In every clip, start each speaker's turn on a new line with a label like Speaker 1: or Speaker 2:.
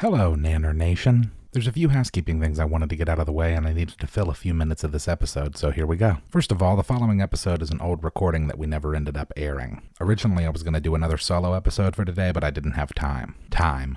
Speaker 1: Hello, Nanner Nation. There's a few housekeeping things I wanted to get out of the way, and I needed to fill a few minutes of this episode, so here we go. First of all, the following episode is an old recording that we never ended up airing. Originally, I was going to do another solo episode for today, but I didn't have time. Time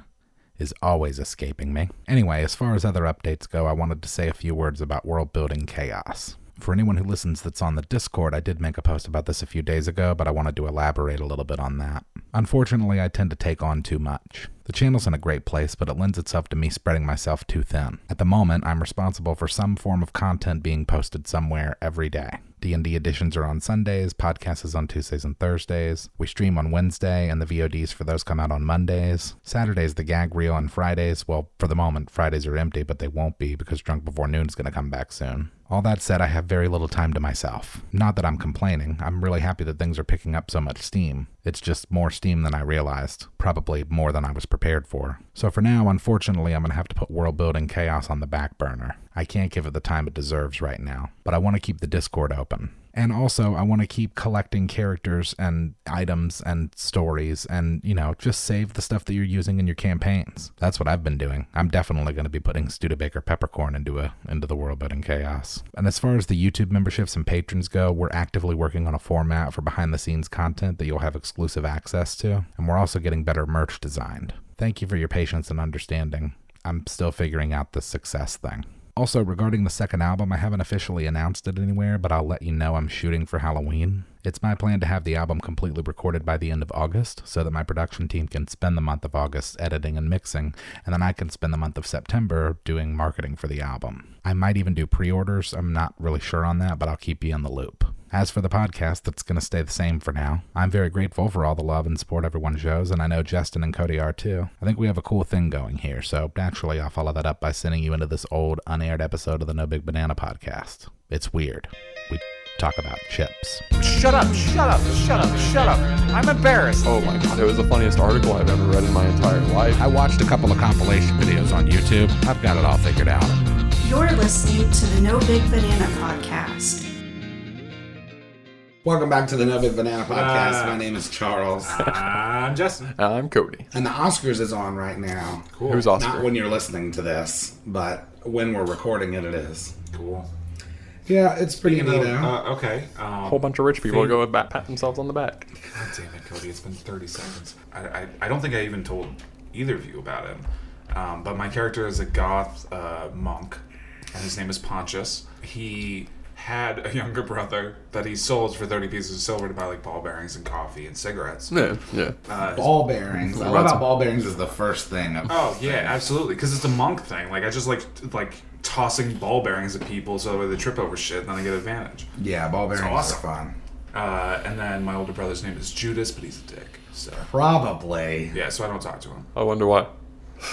Speaker 1: is always escaping me. Anyway, as far as other updates go, I wanted to say a few words about world building chaos. For anyone who listens that's on the Discord, I did make a post about this a few days ago, but I wanted to elaborate a little bit on that. Unfortunately, I tend to take on too much. The channel's in a great place, but it lends itself to me spreading myself too thin. At the moment, I'm responsible for some form of content being posted somewhere every day. D&D editions are on Sundays, podcasts is on Tuesdays and Thursdays. We stream on Wednesday and the VODs for those come out on Mondays. Saturdays the gag reel and Fridays, well, for the moment Fridays are empty, but they won't be because Drunk Before Noon is going to come back soon. All that said, I have very little time to myself. Not that I'm complaining. I'm really happy that things are picking up so much steam. It's just more steam than I realized, probably more than I was prepared for. So for now, unfortunately, I'm going to have to put world building chaos on the back burner. I can't give it the time it deserves right now, but I want to keep the Discord open. And also, I want to keep collecting characters and items and stories and, you know, just save the stuff that you're using in your campaigns. That's what I've been doing. I'm definitely going to be putting Studebaker Peppercorn into a into the world building chaos. And as far as the YouTube memberships and patrons go, we're actively working on a format for behind the scenes content that you'll have exclusive access to, and we're also getting better merch designed. Thank you for your patience and understanding. I'm still figuring out this success thing. Also, regarding the second album, I haven't officially announced it anywhere, but I'll let you know I'm shooting for Halloween. It's my plan to have the album completely recorded by the end of August so that my production team can spend the month of August editing and mixing, and then I can spend the month of September doing marketing for the album. I might even do pre orders, I'm not really sure on that, but I'll keep you in the loop. As for the podcast, that's going to stay the same for now. I'm very grateful for all the love and support everyone shows, and I know Justin and Cody are too. I think we have a cool thing going here, so naturally I'll follow that up by sending you into this old, unaired episode of the No Big Banana podcast. It's weird. We talk about chips.
Speaker 2: Shut up, shut up, shut up, shut up. I'm embarrassed.
Speaker 3: Oh my god, it was the funniest article I've ever read in my entire life.
Speaker 1: I watched a couple of compilation videos on YouTube. I've got it all figured out.
Speaker 4: You're listening to the No Big Banana Podcast.
Speaker 1: Welcome back to the No Big Banana podcast.
Speaker 2: Ah.
Speaker 1: My name is Charles,
Speaker 2: I'm Justin.
Speaker 3: I'm Cody.
Speaker 1: and the Oscars is on right now. Cool.
Speaker 3: Who's Oscar?
Speaker 1: Not when you're listening to this, but when we're recording it, it is.
Speaker 2: Cool.
Speaker 1: Yeah, it's pretty
Speaker 2: You
Speaker 1: neat.
Speaker 2: know, uh, okay. Um,
Speaker 3: A whole bunch of rich people go and bat, pat themselves on the back.
Speaker 2: God damn it, Cody. It's been 30 seconds. I, I, I don't think I even told either of you about it. Um, but my character is a goth uh, monk, and his name is Pontius. He had a younger brother that he sold for 30 pieces of silver to buy like ball bearings and coffee and cigarettes.
Speaker 3: Yeah, yeah.
Speaker 1: ball
Speaker 2: uh,
Speaker 1: bearings. I love how ball bearings is the first thing. Of,
Speaker 2: Oh yeah, absolutely. Because it's a monk thing. Like I just like t- like tossing ball bearings at people so that way they trip over shit, and then I get advantage.
Speaker 1: yeah, ball bearings
Speaker 2: awesome.
Speaker 1: are fun.
Speaker 2: Uh, and then my older brother's name is Judas, but he's a dick. So
Speaker 1: Probably.
Speaker 2: yeah, so I don't talk to him.
Speaker 3: I wonder why.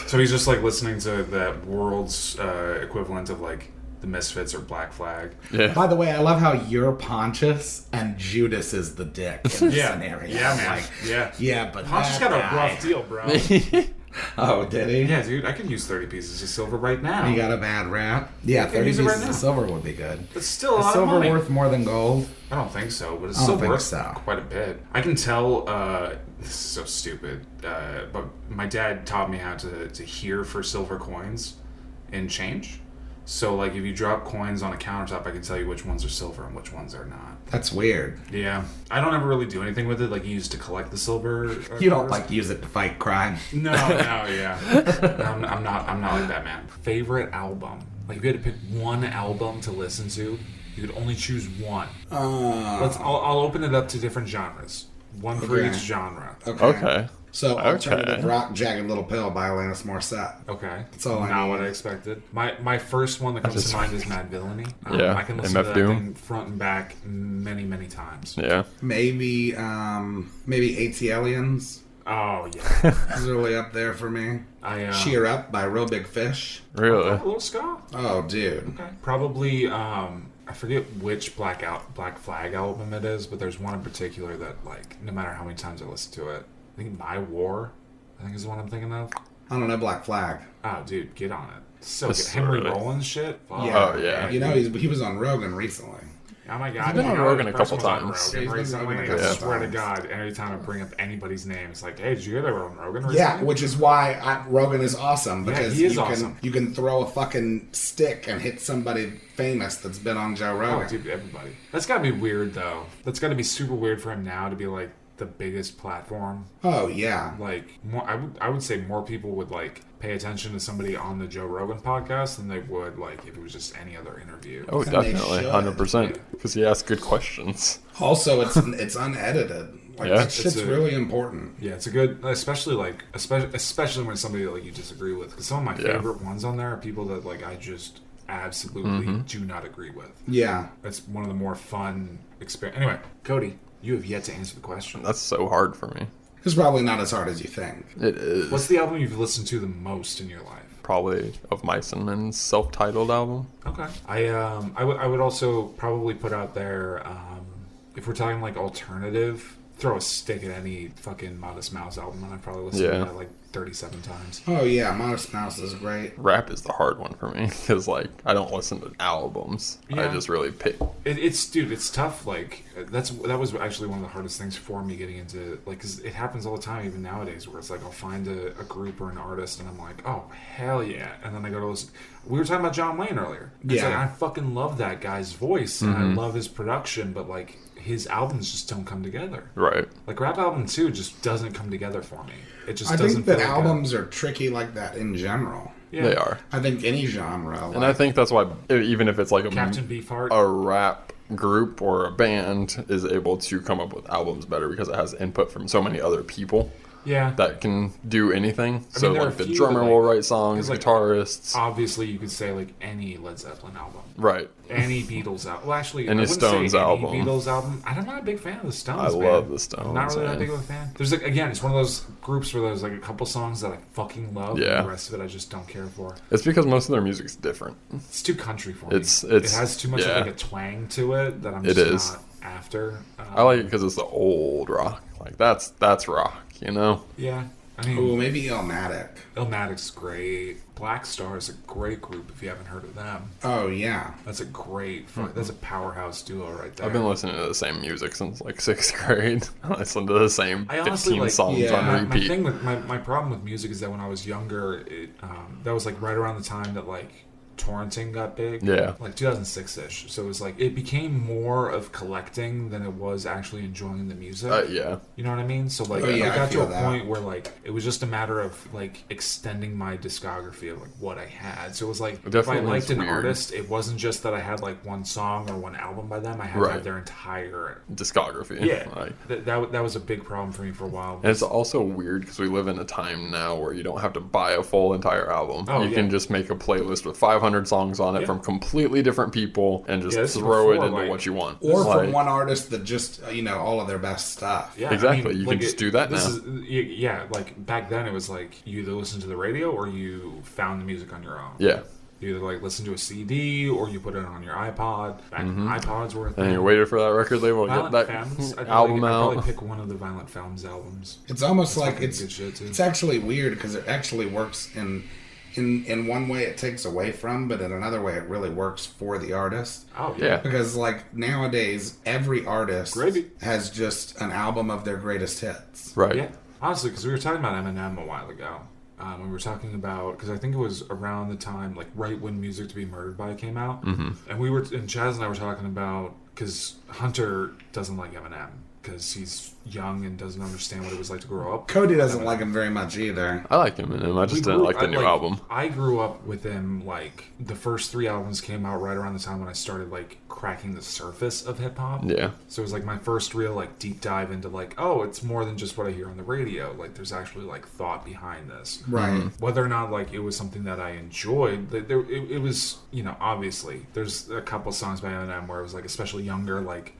Speaker 2: So he's just like listening to the world's uh, equivalent of like the Misfits or Black Flag.
Speaker 3: Yeah.
Speaker 1: By the way, I love how you're Pontius and Judas is the dick in this
Speaker 2: Yeah,
Speaker 1: scenario.
Speaker 2: yeah, man,
Speaker 1: Like,
Speaker 2: yeah.
Speaker 1: yeah, but
Speaker 2: Pontius
Speaker 1: that
Speaker 2: got a
Speaker 1: guy-
Speaker 2: rough deal, bro.
Speaker 1: Oh, did he?
Speaker 2: yeah, dude, I could use thirty pieces of silver right now.
Speaker 1: He got a bad rap. Yeah,
Speaker 2: can
Speaker 1: thirty
Speaker 2: use it
Speaker 1: pieces
Speaker 2: right now.
Speaker 1: of silver would be good.
Speaker 2: it's still a
Speaker 1: Is
Speaker 2: lot of
Speaker 1: silver
Speaker 2: money.
Speaker 1: worth more than gold?
Speaker 2: I don't think so, but it's
Speaker 1: I
Speaker 2: still
Speaker 1: don't think
Speaker 2: worth
Speaker 1: so.
Speaker 2: quite a bit. I can tell. Uh, this is so stupid, uh, but my dad taught me how to to hear for silver coins in change. So like, if you drop coins on a countertop, I can tell you which ones are silver and which ones are not.
Speaker 1: That's weird.
Speaker 2: Yeah, I don't ever really do anything with it. Like, you used to collect the silver. uh,
Speaker 1: You don't
Speaker 2: quarters.
Speaker 1: like use it to fight crime.
Speaker 2: No, no, yeah. I'm, I'm not. I'm not like that, man. Favorite album? Like, if you had to pick one album to listen to, you could only choose one.
Speaker 1: Uh,
Speaker 2: Let's. I'll, I'll open it up to different genres. One for
Speaker 1: Okay.
Speaker 2: each genre. Okay.
Speaker 3: Okay.
Speaker 1: So alternative
Speaker 3: Okay.
Speaker 1: rock, Jagged Little Pill by Alanis Morissette. That's all I
Speaker 2: Not
Speaker 1: need.
Speaker 2: what I expected. My my first one that comes to mind is Mad Villainy. Um,
Speaker 3: Yeah,
Speaker 2: I can listen to
Speaker 3: MF
Speaker 2: that
Speaker 3: Doom.
Speaker 2: thing front and back many many times.
Speaker 3: Yeah.
Speaker 1: Maybe, um, maybe AT Aliens
Speaker 2: Oh yeah.
Speaker 1: is really up there for me.
Speaker 2: I uh,
Speaker 1: Cheer Up by Real Big Fish.
Speaker 3: Really?
Speaker 2: a little ska.
Speaker 1: Oh, dude.
Speaker 2: Okay. Probably um I forget which Black Out Black Flag album it is, but there's one in particular that like no matter how many times I listen to it, I think My War, I think is the one I'm thinking of.
Speaker 1: I don't know, Black Flag.
Speaker 2: Oh dude, get on it. So
Speaker 3: That's
Speaker 2: good. Henry
Speaker 3: really-
Speaker 2: Rollins shit. Fuck.
Speaker 1: Yeah.
Speaker 3: Oh, yeah.
Speaker 1: You know, he's, he was on Rogan recently.
Speaker 2: Oh my god!
Speaker 3: been
Speaker 2: you
Speaker 3: on
Speaker 2: know,
Speaker 3: Rogan a
Speaker 2: the
Speaker 3: couple
Speaker 2: person
Speaker 3: times.
Speaker 2: was on Rogan
Speaker 5: He's been
Speaker 2: recently,
Speaker 5: on
Speaker 2: like,
Speaker 5: Rogan
Speaker 2: I
Speaker 5: a couple
Speaker 2: swear to
Speaker 5: times.
Speaker 2: God, every time I bring up anybody's name, it's like, "Hey, did you hear they were on Rogan?" Recently?
Speaker 5: Yeah, which is why I, Rogan is awesome
Speaker 2: Yeah,
Speaker 5: because
Speaker 2: he is
Speaker 5: you can
Speaker 2: awesome.
Speaker 5: you can throw a fucking stick and hit somebody famous that's been on Joe
Speaker 2: Oh,
Speaker 5: Rogan.
Speaker 2: dude, everybody. That's gotta be weird, though. That's gotta be super weird for him now to be like the biggest platform.
Speaker 5: Oh yeah,
Speaker 2: Like, more, I would I would say more people would like pay attention to somebody on the Joe Rogan podcast than they would like if it was just any other interview.
Speaker 3: Oh,
Speaker 5: Then they
Speaker 3: definitely,
Speaker 5: should.
Speaker 3: hundred percent. Because he asked good questions.
Speaker 5: Also, it's it's unedited. Like
Speaker 3: Yeah.
Speaker 5: that
Speaker 2: It's
Speaker 5: shit's
Speaker 2: a-
Speaker 5: really important.
Speaker 2: Yeah, it's a good, especially like, especially especially when it's somebody like you disagree with. Because some of my
Speaker 3: Yeah.
Speaker 2: favorite ones on there are people that like I just absolutely
Speaker 3: Mm-hmm.
Speaker 2: do not agree with.
Speaker 5: Yeah,
Speaker 2: That's one of the more fun experience. Anyway, Cody, you have yet to answer the question.
Speaker 3: That's so hard for me.
Speaker 5: it's probably not as hard as you think.
Speaker 3: It is
Speaker 2: What's the album you've listened to the most in your life?
Speaker 3: probably of Meissenman's self-titled album.
Speaker 2: Okay. I um I would I would also probably put out there um if we're talking like alternative, throw a stick at any fucking Modest Mouse album and I probably listened
Speaker 3: Yeah.
Speaker 2: to that like thirty seven times.
Speaker 5: Oh yeah, Modest Mouse is great.
Speaker 3: Rap is the hard one for me because like I don't listen to albums.
Speaker 2: Yeah.
Speaker 3: I just really pick.
Speaker 2: It, it's dude, it's tough. Like that's that was actually one of the hardest things for me getting into like 'cause it happens all the time even nowadays where it's like I'll find a, a group or an artist and I'm like oh hell yeah, and then I go to listen. We were talking about John Wayne earlier. It's
Speaker 5: Yeah.
Speaker 2: like, I fucking love that guy's voice and I love his production, but like his albums just don't come together.
Speaker 3: Right.
Speaker 2: Like rap album two just doesn't come together for me. It just
Speaker 5: I
Speaker 2: doesn't.
Speaker 5: think that
Speaker 2: feel like a-
Speaker 5: albums are tricky like that in general.
Speaker 2: Yeah.
Speaker 3: They are.
Speaker 5: I think any genre. Like,
Speaker 3: And I think that's why even if it's like a
Speaker 2: Captain Beefheart.
Speaker 3: a rap group or a band is able to come up with albums better because it has input from so many other people
Speaker 2: yeah.
Speaker 3: that can do anything. so
Speaker 2: there are
Speaker 3: like
Speaker 2: a
Speaker 3: the
Speaker 2: few
Speaker 3: drummer
Speaker 2: that, like-
Speaker 3: will write songs,
Speaker 2: there's, like, uh,
Speaker 3: guitarists,
Speaker 2: Obviously, you could say like any Led Zeppelin album.
Speaker 3: right?
Speaker 2: any Beatles album. Well, actually,
Speaker 3: And
Speaker 2: I
Speaker 3: his
Speaker 2: wouldn't say
Speaker 3: Stones
Speaker 2: any
Speaker 3: album.
Speaker 2: Beatles album. I'm not a big fan of the Stones.
Speaker 3: I
Speaker 2: man.
Speaker 3: love the Stones,
Speaker 2: Not really
Speaker 3: man.
Speaker 2: that big of a fan. There's like again, it's one of those groups where there's like a couple songs that I fucking love.
Speaker 3: Yeah.
Speaker 2: And the rest of it I just don't care for.
Speaker 3: It's because most of their music's different.
Speaker 2: It's too country for
Speaker 3: It's-
Speaker 2: me.
Speaker 3: it's-
Speaker 2: it has too much
Speaker 3: yeah.
Speaker 2: of like a twang to it that I'm
Speaker 3: It
Speaker 2: just
Speaker 3: is. Uh,
Speaker 2: not after. Um,
Speaker 3: I like it because it's the old rock. Like that's that's rock, you know.
Speaker 2: Yeah. I mean,
Speaker 5: Ooh, maybe Illmatic.
Speaker 2: Illmatic's great. Black Star is a great group if you haven't heard of them.
Speaker 5: Oh yeah,
Speaker 2: That's a great, fu- that's a powerhouse duo right there.
Speaker 3: Mm-hmm. I've been listening to the same music since like sixth grade. I listen to the same
Speaker 2: I honestly,
Speaker 3: fifteen
Speaker 2: like-
Speaker 3: songs
Speaker 5: yeah,
Speaker 2: my,
Speaker 3: on
Speaker 2: my
Speaker 3: repeat.
Speaker 2: thing with my, my problem with music is that when I was younger, it, um, that was like right around the time that like torrenting got big.
Speaker 3: Yeah.
Speaker 2: Like 2006 ish. So it was like, it became more of collecting than it was actually enjoying the music.
Speaker 3: Uh, yeah,
Speaker 2: You know what I mean? So like,
Speaker 5: Oh, yeah,
Speaker 2: I
Speaker 5: I
Speaker 2: got to
Speaker 5: feel
Speaker 2: a
Speaker 5: that.
Speaker 2: point where like it was just a matter of like extending my discography of like what I had. So it was like if I
Speaker 3: definitely
Speaker 2: liked
Speaker 3: is
Speaker 2: an
Speaker 3: weird.
Speaker 2: artist, it wasn't just that I had like one song or one album by them. I had like
Speaker 3: Right.
Speaker 2: their entire
Speaker 3: discography.
Speaker 2: yeah.
Speaker 3: Like,
Speaker 2: Th- that that was a big problem for me for a while.
Speaker 3: And it's also weird because we live in a time now where you don't have to buy a full entire album.
Speaker 2: Oh,
Speaker 3: you
Speaker 2: yeah.
Speaker 3: can just make a playlist with 500 songs on it
Speaker 2: Yeah.
Speaker 3: from completely different people and just
Speaker 2: Yeah, this is
Speaker 3: throw it
Speaker 2: before,
Speaker 3: into
Speaker 2: like-
Speaker 3: what you want.
Speaker 5: or
Speaker 3: Like,
Speaker 5: from one artist that just uh, you know all of their best stuff.
Speaker 2: Yeah,
Speaker 3: Exactly, you can just do that
Speaker 2: this
Speaker 3: now.
Speaker 2: Is, y- yeah, like back then it was like you either listened to the radio or you found the music on your own.
Speaker 3: Yeah.
Speaker 2: You either like listened to a CD or you put it on your iPod. Back iPods were a thing.
Speaker 3: Mm-hmm. And you're waiting for that record label to get
Speaker 2: Violent
Speaker 3: that
Speaker 2: Femmes. I'd
Speaker 3: album
Speaker 2: probably, I'd
Speaker 3: out.
Speaker 2: probably pick one of the Violent Femmes albums.
Speaker 5: It's almost like
Speaker 2: fucking
Speaker 5: it's
Speaker 2: good shit, too.
Speaker 5: it's actually weird because it actually works in in in one way it takes away from, but in another way it really works for the artist.
Speaker 2: Oh
Speaker 3: Yeah.
Speaker 5: Because like nowadays, every artist
Speaker 2: Gravy.
Speaker 5: has just an album of their greatest hits.
Speaker 3: Right.
Speaker 2: Yeah, honestly, because we were talking about Eminem a while ago. Um, we were talking about because I think it was around the time like right when "Music to Be Murdered By" came out,
Speaker 3: Mm-hmm.
Speaker 2: and we were and Chaz and I were talking about because Hunter doesn't like Eminem because he's young and doesn't understand what it was like to grow up.
Speaker 5: Cody doesn't like him very much either.
Speaker 3: I like Eminem. I just
Speaker 2: We
Speaker 3: didn't
Speaker 2: grew-
Speaker 3: like the
Speaker 2: I-
Speaker 3: new album.
Speaker 2: I grew up with him. Like the first three albums came out right around the time when I started like cracking the surface of hip hop.
Speaker 3: Yeah.
Speaker 2: So it was like my first real like deep dive into like, oh, it's more than just what I hear on the radio. Like there's actually like thought behind this.
Speaker 5: Right.
Speaker 2: Whether or not like it was something that I enjoyed, th- there it, it was you know obviously there's a couple songs by Eminem where it was like especially younger like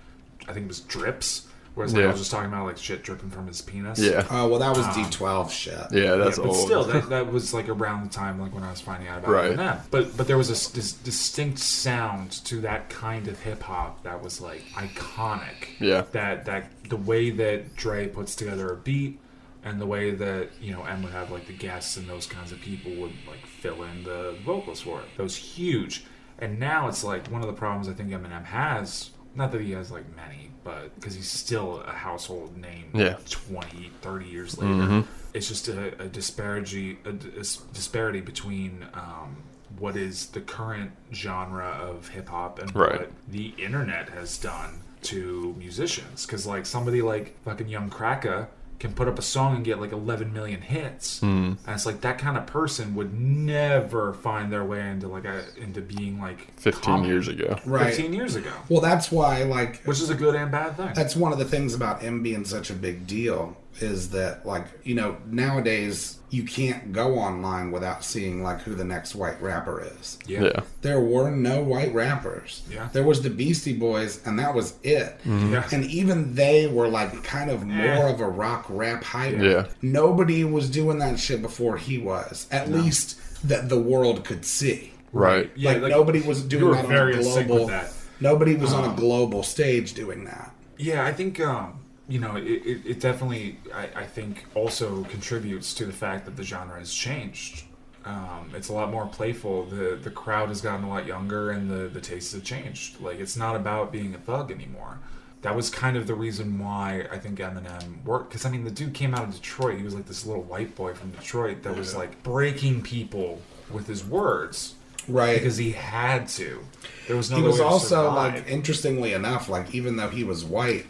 Speaker 2: I think it was drips where it's like I
Speaker 3: Yeah.
Speaker 2: was just talking about like shit dripping from his penis.
Speaker 3: Yeah.
Speaker 5: Oh well, that was D twelve shit.
Speaker 3: Yeah, that's
Speaker 2: Yeah, but
Speaker 3: old.
Speaker 2: still, that, that was like around the time like when I was finding out about
Speaker 3: Right.
Speaker 2: Eminem. But but there was a s- dis- distinct sound to that kind of hip hop that was like iconic.
Speaker 3: Yeah.
Speaker 2: That that the way that Dre puts together a beat and the way that you know M would have like the guests and those kinds of people would like fill in the vocals for it. That was huge. And now it's like one of the problems I think Eminem has Not that he has like many, but because he's still a household name
Speaker 3: Yeah.
Speaker 2: 20, 30 years later. It's just a, a disparity a, dis- disparity between um, what is the current genre of hip hop and
Speaker 3: Right.
Speaker 2: what the internet has done to musicians. Because like somebody like fucking Young Kraka can put up a song and get like 11 million hits,
Speaker 3: Hmm.
Speaker 2: and it's like that kind of person would never find their way into like a into being like
Speaker 3: 15
Speaker 2: common
Speaker 3: years ago.
Speaker 5: Right.
Speaker 2: 15 years ago,
Speaker 5: Well, that's why, like,
Speaker 2: which is a good and bad thing.
Speaker 5: that's one of the things about him being such a big deal is that, like, you know, nowadays you can't go online without seeing, like, who the next white rapper is.
Speaker 2: yeah.
Speaker 3: Yeah.
Speaker 5: There were no white rappers.
Speaker 2: Yeah.
Speaker 5: There was the Beastie Boys, and that was it.
Speaker 2: Yeah.
Speaker 5: And even they were, like, kind of more
Speaker 2: Eh.
Speaker 5: of a rock rap hybrid.
Speaker 3: Yeah.
Speaker 5: Nobody was doing that shit before he was, at least that the world could see.
Speaker 3: Right.
Speaker 2: Yeah,
Speaker 5: like,
Speaker 2: like,
Speaker 5: nobody was doing
Speaker 2: were
Speaker 5: that on
Speaker 2: very
Speaker 5: a
Speaker 2: in sync with
Speaker 5: global.
Speaker 2: that.
Speaker 5: Nobody was on a global stage doing that.
Speaker 2: Yeah, I think um, you know it, it, it definitely. I, I think also contributes to the fact that the genre has changed. Um, it's a lot more playful. the The crowd has gotten a lot younger, and the the tastes have changed. Like it's not about being a thug anymore. That was kind of the reason why I think Eminem worked. Because I mean, the dude came out of Detroit. He was like this little white boy from Detroit that was like breaking people with his words
Speaker 5: Right.
Speaker 2: because he had to. There was no.
Speaker 5: he
Speaker 2: other
Speaker 5: was
Speaker 2: way to
Speaker 5: also
Speaker 2: survive.
Speaker 5: like interestingly enough like even though he was white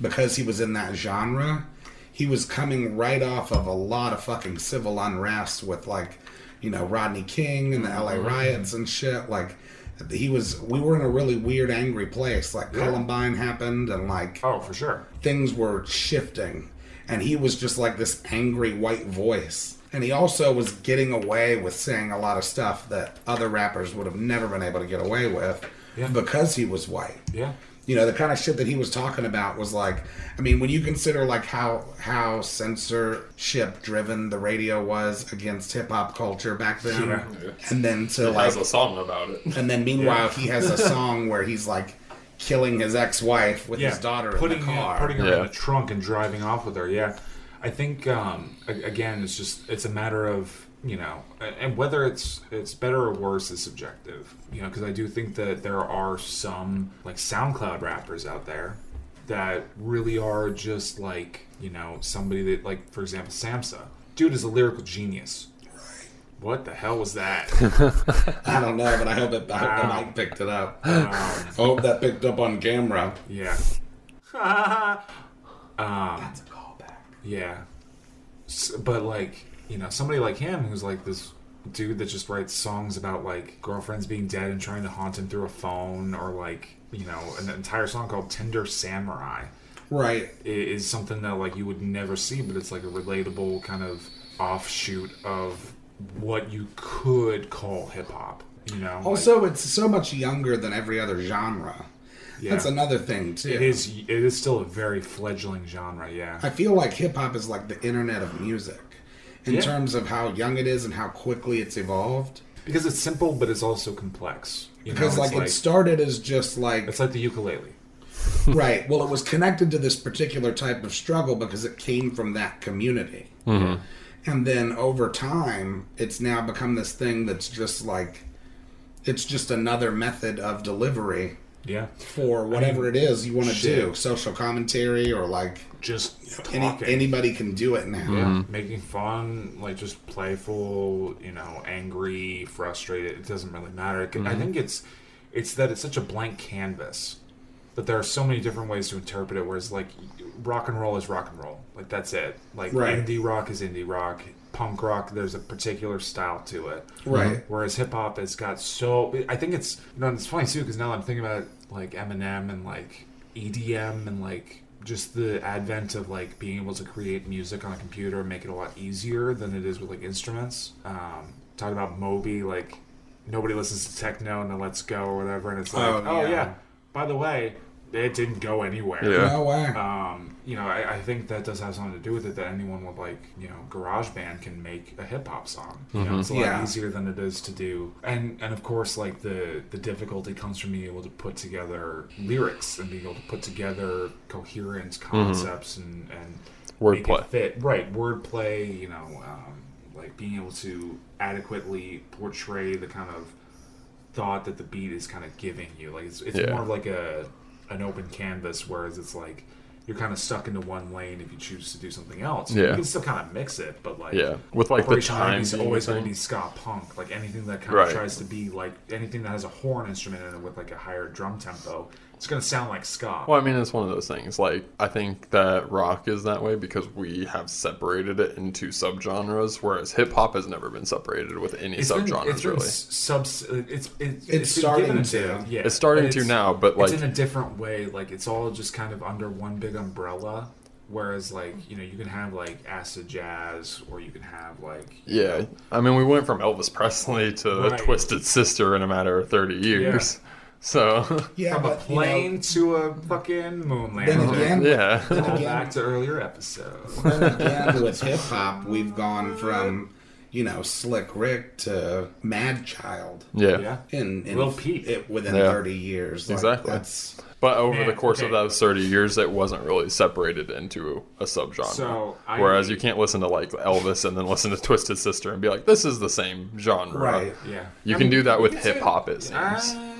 Speaker 5: because he was in that genre he was coming right off of a lot of fucking civil unrest with like you know rodney king and the la
Speaker 2: Mm-hmm.
Speaker 5: riots and shit like he was we were in a really weird angry place like columbine happened and like
Speaker 2: oh, for sure.
Speaker 5: things were shifting and he was just like this angry white voice and he also was getting away with saying a lot of stuff that other rappers would have never been able to get away with
Speaker 2: Yeah.
Speaker 5: because he was white
Speaker 2: Yeah.
Speaker 5: you know the kind of shit that he was talking about was like i mean when you consider like how how censorship driven the radio was against hip-hop culture back then
Speaker 2: Yeah.
Speaker 5: and then to like
Speaker 3: Has a song about it.
Speaker 5: and then meanwhile he has a song where he's like killing his ex-wife with his daughter
Speaker 2: putting
Speaker 5: in the
Speaker 2: her-
Speaker 5: car
Speaker 2: putting her
Speaker 3: Yeah.
Speaker 2: in the trunk and driving off with her. Yeah, I think um, a- again, it's just it's a matter of you know, a- and whether it's it's better or worse is subjective. You know, because I do think that there are some like SoundCloud rappers out there that really are just like you know somebody that like for example Samsa, dude is a lyrical genius. What the hell was that?
Speaker 5: I don't know, but I hope it. I hope the mic picked it up. I hope that picked up on camera.
Speaker 2: Yeah.
Speaker 5: That's a callback.
Speaker 2: Yeah. S- But like, you know, somebody like him who's like this dude that just writes songs about like girlfriends being dead and trying to haunt him through a phone or like, you know, an entire song called Tender Samurai
Speaker 5: Right.
Speaker 2: i- is something that like you would never see, but it's like a relatable kind of offshoot of what you could call hip hop, you know? Like,
Speaker 5: Also, it's so much younger than every other genre.
Speaker 2: yeah.
Speaker 5: That's another thing too.
Speaker 2: it is it is still a very fledgling genre, yeah.
Speaker 5: I feel like hip hop is like the internet of music, in
Speaker 2: Yeah.
Speaker 5: terms of how young it is and how quickly it's evolved.
Speaker 2: Because it's simple but it's also complex. You know,
Speaker 5: Because
Speaker 2: it's
Speaker 5: like, it started as just like
Speaker 2: it's like the ukulele.
Speaker 5: right. Well, it was connected to this particular type of struggle because it came from that community.
Speaker 3: Mm-hmm.
Speaker 5: And then over time, it's now become this thing that's just like, it's just another method of delivery
Speaker 2: Yeah.
Speaker 5: for whatever it is you want to
Speaker 2: shit.
Speaker 5: do. Social commentary or like
Speaker 2: just
Speaker 5: any,
Speaker 2: talking.
Speaker 5: anybody can do it now.
Speaker 2: yeah, making fun, like just playful, you know, angry, frustrated. It doesn't really matter. It
Speaker 5: Mm-hmm.
Speaker 2: can- I think it's it's that it's such a blank canvas that there are so many different ways to interpret it. Whereas like rock and roll is rock and roll, like that's it. Like
Speaker 5: Right.
Speaker 2: indie rock is indie rock. Punk rock, there's a particular style to it.
Speaker 5: Right.
Speaker 2: Whereas hip hop has got so. I think it's you know and it's funny too because now that I'm thinking about it, like Eminem and like EDM and like just the advent of like being able to create music on a computer and make it a lot easier than it is with like instruments. Um, talking about Moby, like nobody listens to techno and then Let's Go or whatever, and it's like,
Speaker 5: Oh,
Speaker 2: oh,
Speaker 5: yeah.
Speaker 2: yeah. by the way, it didn't go anywhere.
Speaker 3: Yeah.
Speaker 5: No way.
Speaker 2: Um, you know, I, I think that does have something to do with it that anyone with like, you know, GarageBand can make a hip hop song. You know, it's a lot
Speaker 5: Yeah.
Speaker 2: easier than it is to do. And and of course, like the the difficulty comes from being able to put together lyrics and being able to put together coherent concepts and and make
Speaker 3: Wordplay.
Speaker 2: it fit right wordplay. You know, um, like being able to adequately portray the kind of thought that the beat is kind of giving you. Like it's, it's
Speaker 3: Yeah.
Speaker 2: more of like a an open canvas, whereas it's like you're kind of stuck into one lane if you choose to do something else.
Speaker 3: Yeah.
Speaker 2: You can still kind of mix it, but like
Speaker 3: Yeah, with like the
Speaker 2: Operation
Speaker 3: time
Speaker 2: Ivy's
Speaker 3: being
Speaker 2: always
Speaker 3: the
Speaker 2: going to
Speaker 3: thing.
Speaker 2: be ska punk, like anything that kind
Speaker 3: Right.
Speaker 2: of tries to be like anything that has a horn instrument in it with like a higher drum tempo. It's going to sound like ska.
Speaker 3: Well, I mean, it's one of those things. Like, I think that rock is that way because we have separated it into subgenres, whereas hip hop has never been separated with any
Speaker 2: It's been-
Speaker 3: subgenres,
Speaker 2: it's been
Speaker 3: really.
Speaker 2: s- subs- it's, it's,
Speaker 5: It's
Speaker 2: been given
Speaker 5: starting
Speaker 2: a-
Speaker 5: to.
Speaker 2: Yeah,
Speaker 3: It's starting
Speaker 2: but
Speaker 3: to now, but, like-
Speaker 2: it's in a different way. Like it's all just kind of under one big umbrella. Whereas like you know you can have like acid jazz or you can have like
Speaker 3: yeah. I mean, we went from Elvis Presley to
Speaker 2: Right.
Speaker 3: Twisted Sister in a matter of 30 years. So,
Speaker 5: Yeah,
Speaker 2: from a
Speaker 5: but, you know,
Speaker 2: plane to a fucking moon
Speaker 5: then
Speaker 2: landing.
Speaker 5: again,
Speaker 3: yeah.
Speaker 2: All
Speaker 5: again-
Speaker 2: back to earlier episodes.
Speaker 5: then again, with hip hop, we've gone from you know Slick Rick to Mad Child
Speaker 3: yeah.
Speaker 2: yeah.
Speaker 5: in, in
Speaker 2: Lil Peep.
Speaker 5: it, within
Speaker 3: Yeah.
Speaker 5: thirty years. Like,
Speaker 3: Exactly.
Speaker 5: That's
Speaker 3: But over
Speaker 2: Man,
Speaker 3: the course of
Speaker 2: okay.
Speaker 3: those 30 years, it wasn't really separated into a subgenre.
Speaker 2: So, I-
Speaker 3: Whereas you can't listen to, like, Elvis and then listen to Twisted Sister and be like, this is the same genre.
Speaker 5: right.
Speaker 2: Yeah.
Speaker 3: You
Speaker 2: I
Speaker 3: can
Speaker 2: mean,
Speaker 3: do that with
Speaker 2: could say-
Speaker 3: hip hop, it seems.
Speaker 2: Uh,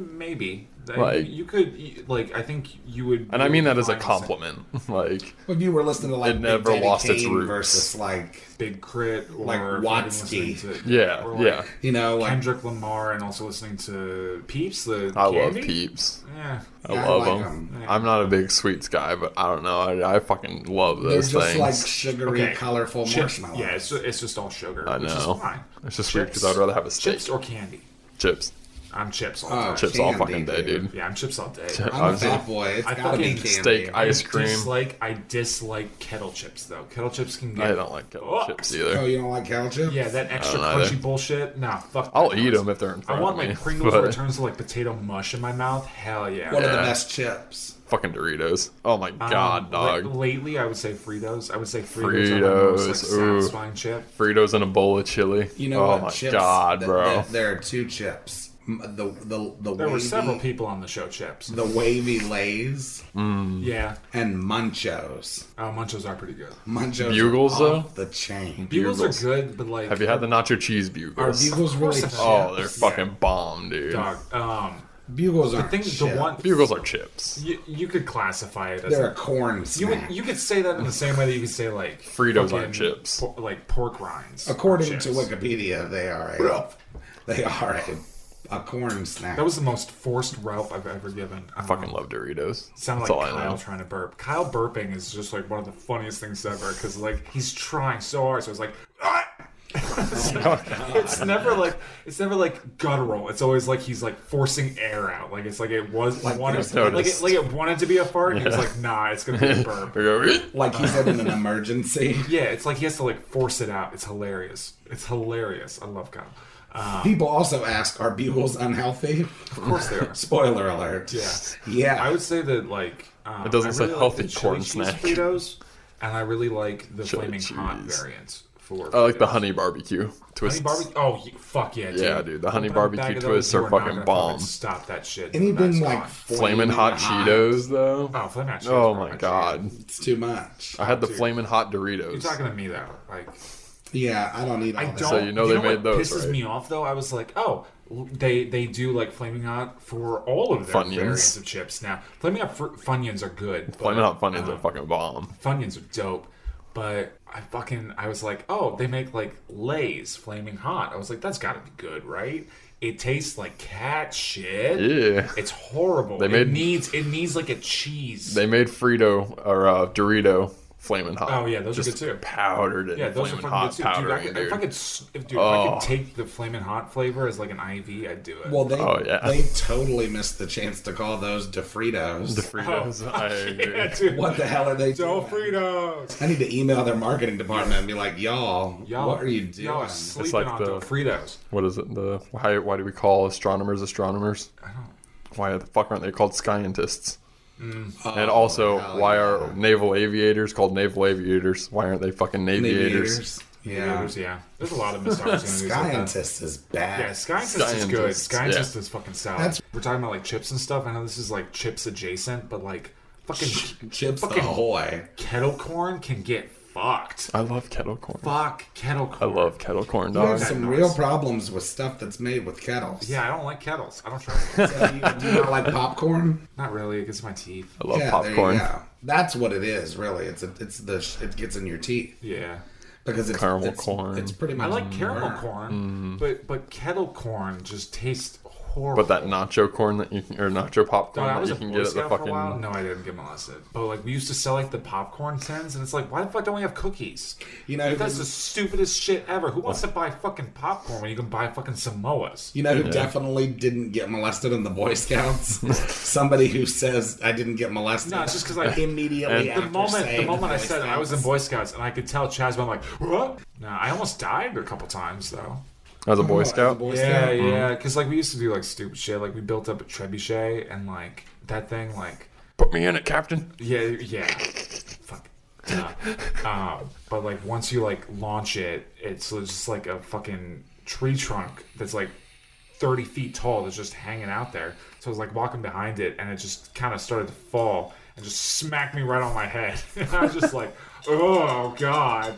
Speaker 2: maybe. Like,
Speaker 3: Like-
Speaker 2: you could you- like I think you would
Speaker 3: and I mean that as a
Speaker 2: find
Speaker 3: compliment. like,
Speaker 5: When you were listening to like
Speaker 3: It
Speaker 5: Big
Speaker 3: never
Speaker 5: Daddy
Speaker 3: lost its
Speaker 5: Kane
Speaker 3: roots.
Speaker 5: versus like
Speaker 2: Big Crit or
Speaker 5: Like
Speaker 2: fucking
Speaker 5: Watsky.
Speaker 2: listening to-
Speaker 3: yeah,
Speaker 2: or, like,
Speaker 3: yeah.
Speaker 5: you know like
Speaker 2: Kendrick Lamar and also listening to Peeps the
Speaker 3: I love
Speaker 2: Candy?
Speaker 3: Peeps.
Speaker 2: Yeah.
Speaker 3: I
Speaker 5: Yeah, I
Speaker 3: love
Speaker 5: like
Speaker 3: them.
Speaker 2: 'em.
Speaker 3: I'm not a big sweets guy, but I don't know. I, I fucking love
Speaker 5: they're
Speaker 3: those
Speaker 5: just
Speaker 3: things.
Speaker 5: like sugary,
Speaker 2: Okay.
Speaker 5: colorful
Speaker 2: Chip-
Speaker 5: marshmallows.
Speaker 2: Yeah, it's, it's just all sugar.
Speaker 3: I
Speaker 2: Which is
Speaker 3: know.
Speaker 2: fine.
Speaker 3: It's just weird because
Speaker 2: Chips-
Speaker 3: I'd rather have a steak.
Speaker 2: chips or candy.
Speaker 3: chips,
Speaker 2: I'm chips all the
Speaker 5: Oh,
Speaker 2: time.
Speaker 3: chips all
Speaker 5: Candy,
Speaker 3: fucking day,
Speaker 5: dude.
Speaker 3: dude.
Speaker 2: Yeah, I'm chips all day.
Speaker 5: I'm a
Speaker 3: I'm
Speaker 5: fat
Speaker 3: so-
Speaker 5: boy. It's
Speaker 2: I
Speaker 5: gotta
Speaker 2: fucking
Speaker 5: be candy.
Speaker 3: steak,
Speaker 2: I
Speaker 3: ice cream.
Speaker 2: Dislike, I dislike kettle chips though. Kettle chips can get
Speaker 3: I don't like kettle
Speaker 2: Oh.
Speaker 3: chips
Speaker 5: oh,
Speaker 3: either.
Speaker 5: you don't like kettle chips?
Speaker 2: Yeah, that extra
Speaker 3: I don't know
Speaker 2: crunchy
Speaker 3: either.
Speaker 2: bullshit. Nah, fuck.
Speaker 3: I'll
Speaker 2: that
Speaker 3: eat
Speaker 2: noise.
Speaker 3: them if they're in front
Speaker 2: I want
Speaker 3: of me.
Speaker 2: like Pringles
Speaker 3: but
Speaker 2: where it turns to like potato mush in my mouth. Hell yeah.
Speaker 5: One of the
Speaker 3: Yeah.
Speaker 5: best chips.
Speaker 3: fucking Doritos. Oh my
Speaker 2: Um,
Speaker 3: god, dog.
Speaker 2: la- lately, I would say Fritos. I would say Fritos, are the most like,
Speaker 3: Fritos, ooh.
Speaker 2: satisfying chip.
Speaker 3: Fritos and a bowl of chili.
Speaker 5: You know
Speaker 3: oh
Speaker 5: what?
Speaker 3: my
Speaker 5: chips,
Speaker 3: god,
Speaker 5: th-
Speaker 3: bro.
Speaker 5: th- there are two chips. M- The the the
Speaker 2: There
Speaker 5: wavy,
Speaker 2: were several people on the show chips.
Speaker 5: the wavy lays
Speaker 3: Mm.
Speaker 2: Yeah.
Speaker 5: and munchos.
Speaker 2: Uh, Munchos are pretty good.
Speaker 5: Munchos are
Speaker 3: Bugles,
Speaker 5: off
Speaker 3: though?
Speaker 5: the chain.
Speaker 2: Bugles,
Speaker 3: Bugles.
Speaker 2: are good, but like.
Speaker 3: Have you had the nacho cheese
Speaker 5: Are
Speaker 3: bugles?
Speaker 2: course
Speaker 5: bugles really
Speaker 2: I've
Speaker 5: chips?
Speaker 2: had
Speaker 3: oh, they're fucking bomb, dude.
Speaker 2: Dog. Um,
Speaker 5: Bugles
Speaker 2: the
Speaker 5: aren't
Speaker 2: thing, the
Speaker 5: chips.
Speaker 2: one.
Speaker 3: Bugles are chips.
Speaker 2: You, you could classify it as.
Speaker 5: They're
Speaker 2: Like,
Speaker 5: a corn
Speaker 2: you,
Speaker 5: snack.
Speaker 2: would, you could say that in the same way that you could say like.
Speaker 3: Fritos aren't
Speaker 2: fucking
Speaker 3: chips.
Speaker 2: por- like pork rinds. are
Speaker 5: According
Speaker 2: chips.
Speaker 5: to Wikipedia, they are a, they are a, a corn snack.
Speaker 2: That was the most forced ralp I've ever given. I
Speaker 3: Fucking love Doritos.
Speaker 2: Sound
Speaker 3: That's
Speaker 2: like
Speaker 3: all I
Speaker 2: Kyle
Speaker 3: know.
Speaker 2: trying to burp. Kyle burping is just like one of the funniest things ever because like he's trying so hard. So it's like, "Ah!" It's like- it's never like it's never like guttural. It's always like he's like forcing air out. Like it's like it was like wanted
Speaker 3: I've
Speaker 2: like it,
Speaker 3: noticed.
Speaker 2: like it wanted to be a fart. And he was like, nah, it's gonna be a burp.
Speaker 3: Here we go.
Speaker 5: like he said in an emergency.
Speaker 2: yeah, it's like he has to like force it out. It's hilarious. It's hilarious. I love Kyle. Um,
Speaker 5: People also ask, are bugles unhealthy?
Speaker 2: of course they are.
Speaker 5: Spoiler alert.
Speaker 2: Yeah.
Speaker 5: Yeah.
Speaker 2: I would say that like um,
Speaker 3: It doesn't
Speaker 2: I
Speaker 3: say
Speaker 2: really
Speaker 3: healthy
Speaker 2: like the chili
Speaker 3: corn
Speaker 2: cheese
Speaker 3: snack.
Speaker 2: Fritos, and I really like the
Speaker 3: Chili
Speaker 2: flaming hot
Speaker 3: cheese.
Speaker 2: variants for.
Speaker 3: I like the honey barbecue twists.
Speaker 2: honey barbecue. Oh ye- fuck yeah, dude!
Speaker 3: Yeah, dude, the honey
Speaker 2: Open up a
Speaker 3: barbecue
Speaker 2: bag of
Speaker 3: twists
Speaker 2: those, you
Speaker 3: are
Speaker 2: not
Speaker 3: fucking
Speaker 2: gonna
Speaker 3: bomb.
Speaker 2: stop that shit. when
Speaker 5: Anything
Speaker 2: that's
Speaker 5: like
Speaker 2: gone.
Speaker 3: Flamin' hot Cheetos, though.
Speaker 2: oh flaming hot Cheetos.
Speaker 3: Oh
Speaker 2: are
Speaker 3: my
Speaker 2: shit.
Speaker 3: god.
Speaker 5: It's too much.
Speaker 3: I had the
Speaker 2: Dude.
Speaker 3: flaming hot
Speaker 2: You're
Speaker 3: Doritos.
Speaker 2: talking to me though, like
Speaker 5: Yeah, I don't eat all
Speaker 2: I
Speaker 5: that.
Speaker 2: don't.
Speaker 3: So you know they
Speaker 2: what
Speaker 3: made those,
Speaker 2: Pisses
Speaker 3: right?
Speaker 2: me off though. I was like, oh, l- they they do like flaming hot for all of their
Speaker 3: Funyuns.
Speaker 2: variants of chips now. Flaming hot fr- funyuns are good. but,
Speaker 3: Flaming hot Funyuns
Speaker 2: um,
Speaker 3: are fucking bomb.
Speaker 2: Funyuns are dope, but I fucking I was like, oh, they make like Lay's flaming hot. I was like, that's got to be good, right? It tastes like cat shit.
Speaker 3: Yeah.
Speaker 2: It's horrible. They
Speaker 3: made-
Speaker 2: it needs it needs like a cheese.
Speaker 3: They made Frito or uh, Dorito flaming hot.
Speaker 2: Oh, yeah, those are
Speaker 3: Just
Speaker 2: good, too.
Speaker 3: Powdered and
Speaker 2: yeah, those are
Speaker 3: flaming
Speaker 2: fucking
Speaker 3: hot
Speaker 2: good too, dude. I
Speaker 3: powdering,
Speaker 2: could,
Speaker 3: dude.
Speaker 2: If I could, s- if, dude, if I
Speaker 3: Oh.
Speaker 2: could take the flaming hot flavor as like an IV, I'd do it.
Speaker 5: Well, they
Speaker 3: Oh, yeah.
Speaker 5: they totally missed the chance to call those DeFritos.
Speaker 2: Oh,
Speaker 3: Fritos. I agree.
Speaker 2: yeah, dude.
Speaker 5: what the hell are they
Speaker 2: Del
Speaker 5: doing?
Speaker 2: Fritos.
Speaker 5: I need to email their marketing department and be like, y'all,
Speaker 2: Y'all,
Speaker 5: what are you doing?
Speaker 2: Y'all are sleeping
Speaker 3: like
Speaker 2: on
Speaker 3: the-
Speaker 2: Del Fritos.
Speaker 3: What is it? The why? Why do we call astronomers astronomers? I don't. Why the fuck aren't they called scientists?
Speaker 5: Oh,
Speaker 3: and also,
Speaker 5: hell
Speaker 3: why
Speaker 5: yeah.
Speaker 3: are naval aviators called naval aviators? Why aren't they fucking naviators?
Speaker 5: Aviators.
Speaker 2: Yeah.
Speaker 5: Yeah.
Speaker 2: there's- yeah, there's a lot of missed opportunities. like that.
Speaker 5: Scientist is bad.
Speaker 2: Yeah, Scientist is good.
Speaker 3: Scientist,
Speaker 2: Scientist
Speaker 3: yeah.
Speaker 2: is fucking solid.
Speaker 5: That's-
Speaker 2: We're talking about like chips and stuff. I know this is like chips adjacent, but like fucking
Speaker 5: Chips
Speaker 2: fucking
Speaker 5: Ahoy.
Speaker 2: kettle corn can get fucked.
Speaker 3: I love kettle corn.
Speaker 2: Fuck kettle
Speaker 3: I
Speaker 2: corn.
Speaker 3: love kettle corn
Speaker 5: You have
Speaker 3: dog.
Speaker 5: some
Speaker 2: noise.
Speaker 5: real problems with stuff that's made with kettles.
Speaker 2: Yeah, I don't like kettles. I don't trust them.
Speaker 5: So you do not like popcorn?
Speaker 2: Not really. It gets in my teeth.
Speaker 3: I love
Speaker 5: yeah,
Speaker 3: popcorn.
Speaker 5: There you go. That's what it is, really. It's a, it's the sh- it gets in your teeth
Speaker 2: Yeah.
Speaker 5: because it's
Speaker 3: Caramel
Speaker 5: it's,
Speaker 3: corn.
Speaker 5: It's pretty
Speaker 2: I
Speaker 5: much
Speaker 3: Mm-hmm.
Speaker 2: like caramel
Speaker 5: myrrh.
Speaker 2: corn, but but kettle corn just tastes horrible.
Speaker 3: But that nacho corn that you can, or nacho
Speaker 2: Dude,
Speaker 3: popcorn
Speaker 2: I
Speaker 3: that
Speaker 2: was
Speaker 3: you
Speaker 2: a
Speaker 3: can
Speaker 2: Boy
Speaker 3: get at the
Speaker 2: Scout for a while.
Speaker 3: fucking.
Speaker 2: No, I didn't get molested. But like we used to sell like the popcorn tins, and it's like, why the fuck don't we have cookies?
Speaker 5: You know,
Speaker 2: Like, that's
Speaker 5: who-
Speaker 2: the stupidest shit ever. Who wants to buy fucking popcorn when you can buy fucking Samoas?
Speaker 5: You know who definitely didn't get molested in the Boy Scouts? Somebody who says I didn't get molested.
Speaker 2: No, it's just 'cause, like,
Speaker 3: and-
Speaker 5: immediately after
Speaker 2: The moment, the
Speaker 5: saying
Speaker 2: moment I
Speaker 5: Boy
Speaker 2: said I was in
Speaker 5: Scouts.
Speaker 2: Boy Scouts, and I could tell Chaz, but I'm like, what? Nah, I almost died a couple times though.
Speaker 3: As a boy
Speaker 5: Oh, as a
Speaker 3: scout.
Speaker 5: Boy
Speaker 2: Yeah,
Speaker 5: Scout?
Speaker 2: yeah,
Speaker 3: Mm-hmm.
Speaker 2: because like we used to do like stupid shit. Like we built up a trebuchet, and like that thing, like
Speaker 3: Put me in it, Captain.
Speaker 2: Yeah, yeah. Fuck. Yeah. Um, but like once you like launch it, it's just like a fucking tree trunk that's like thirty feet tall that's just hanging out there. So I was like walking behind it, and it just kind of started to fall and just smacked me right on my head. And I was just like, oh god.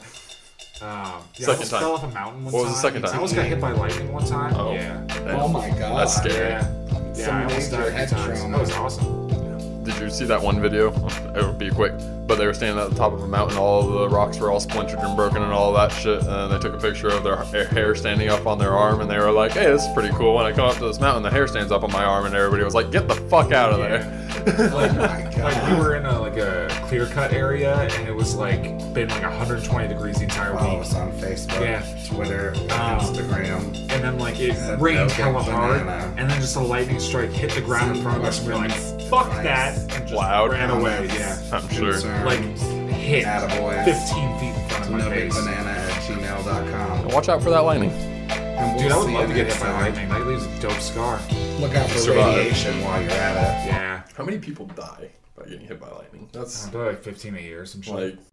Speaker 2: Um, yeah,
Speaker 3: Second
Speaker 2: I almost
Speaker 3: time.
Speaker 2: fell off a mountain one
Speaker 3: What was
Speaker 2: time.
Speaker 3: the second
Speaker 2: I
Speaker 3: time?
Speaker 2: almost got hit by lightning one time.
Speaker 3: Oh.
Speaker 2: Yeah.
Speaker 5: Oh my god.
Speaker 3: That's scary.
Speaker 2: Yeah. Yeah,
Speaker 5: Some
Speaker 2: I almost
Speaker 5: major
Speaker 2: died a
Speaker 5: head
Speaker 2: few times.
Speaker 5: trauma.
Speaker 2: That was awesome.
Speaker 3: Did you see that one video? It would be quick, but they were standing at the top of a mountain. All the rocks were all splintered and broken and all that shit. And they took a picture of their ha- hair standing up on their arm, and they were like, "Hey, this is pretty cool." When I come up to this mountain, the hair stands up on my arm, and everybody was like, "Get the fuck out of there!"
Speaker 2: Like,
Speaker 5: Oh my
Speaker 2: Like we
Speaker 5: God.
Speaker 2: were in a like a clear cut area and it was like been like 120 degrees the entire
Speaker 5: Follow
Speaker 2: week.
Speaker 5: us on Facebook,
Speaker 2: Yeah. Um,
Speaker 5: Twitter, Instagram.
Speaker 2: And then like it
Speaker 5: That's
Speaker 2: rained
Speaker 5: okay,
Speaker 2: hella hard
Speaker 5: banana.
Speaker 2: and then just a lightning strike hit the ground in front of us and we were like, fuck that and just
Speaker 3: Loud.
Speaker 2: ran away. Yeah.
Speaker 3: I'm sure.
Speaker 5: Concerns.
Speaker 2: Like hit
Speaker 5: Attaboy.
Speaker 2: 15 feet in front of my
Speaker 5: no big
Speaker 2: face.
Speaker 5: banana at gmail.com.
Speaker 3: Watch out for that lightning.
Speaker 5: And we'll
Speaker 2: Dude, I
Speaker 5: see
Speaker 2: would
Speaker 5: you
Speaker 2: love to get
Speaker 5: next
Speaker 2: hit by
Speaker 5: time.
Speaker 2: lightning. That leaves a dope scar.
Speaker 5: Look out for
Speaker 3: Survive.
Speaker 5: radiation while you're at it.
Speaker 2: Yeah.
Speaker 3: How many people die by getting hit by lightning? That's
Speaker 2: Probably like 15 a year or some shit.
Speaker 3: like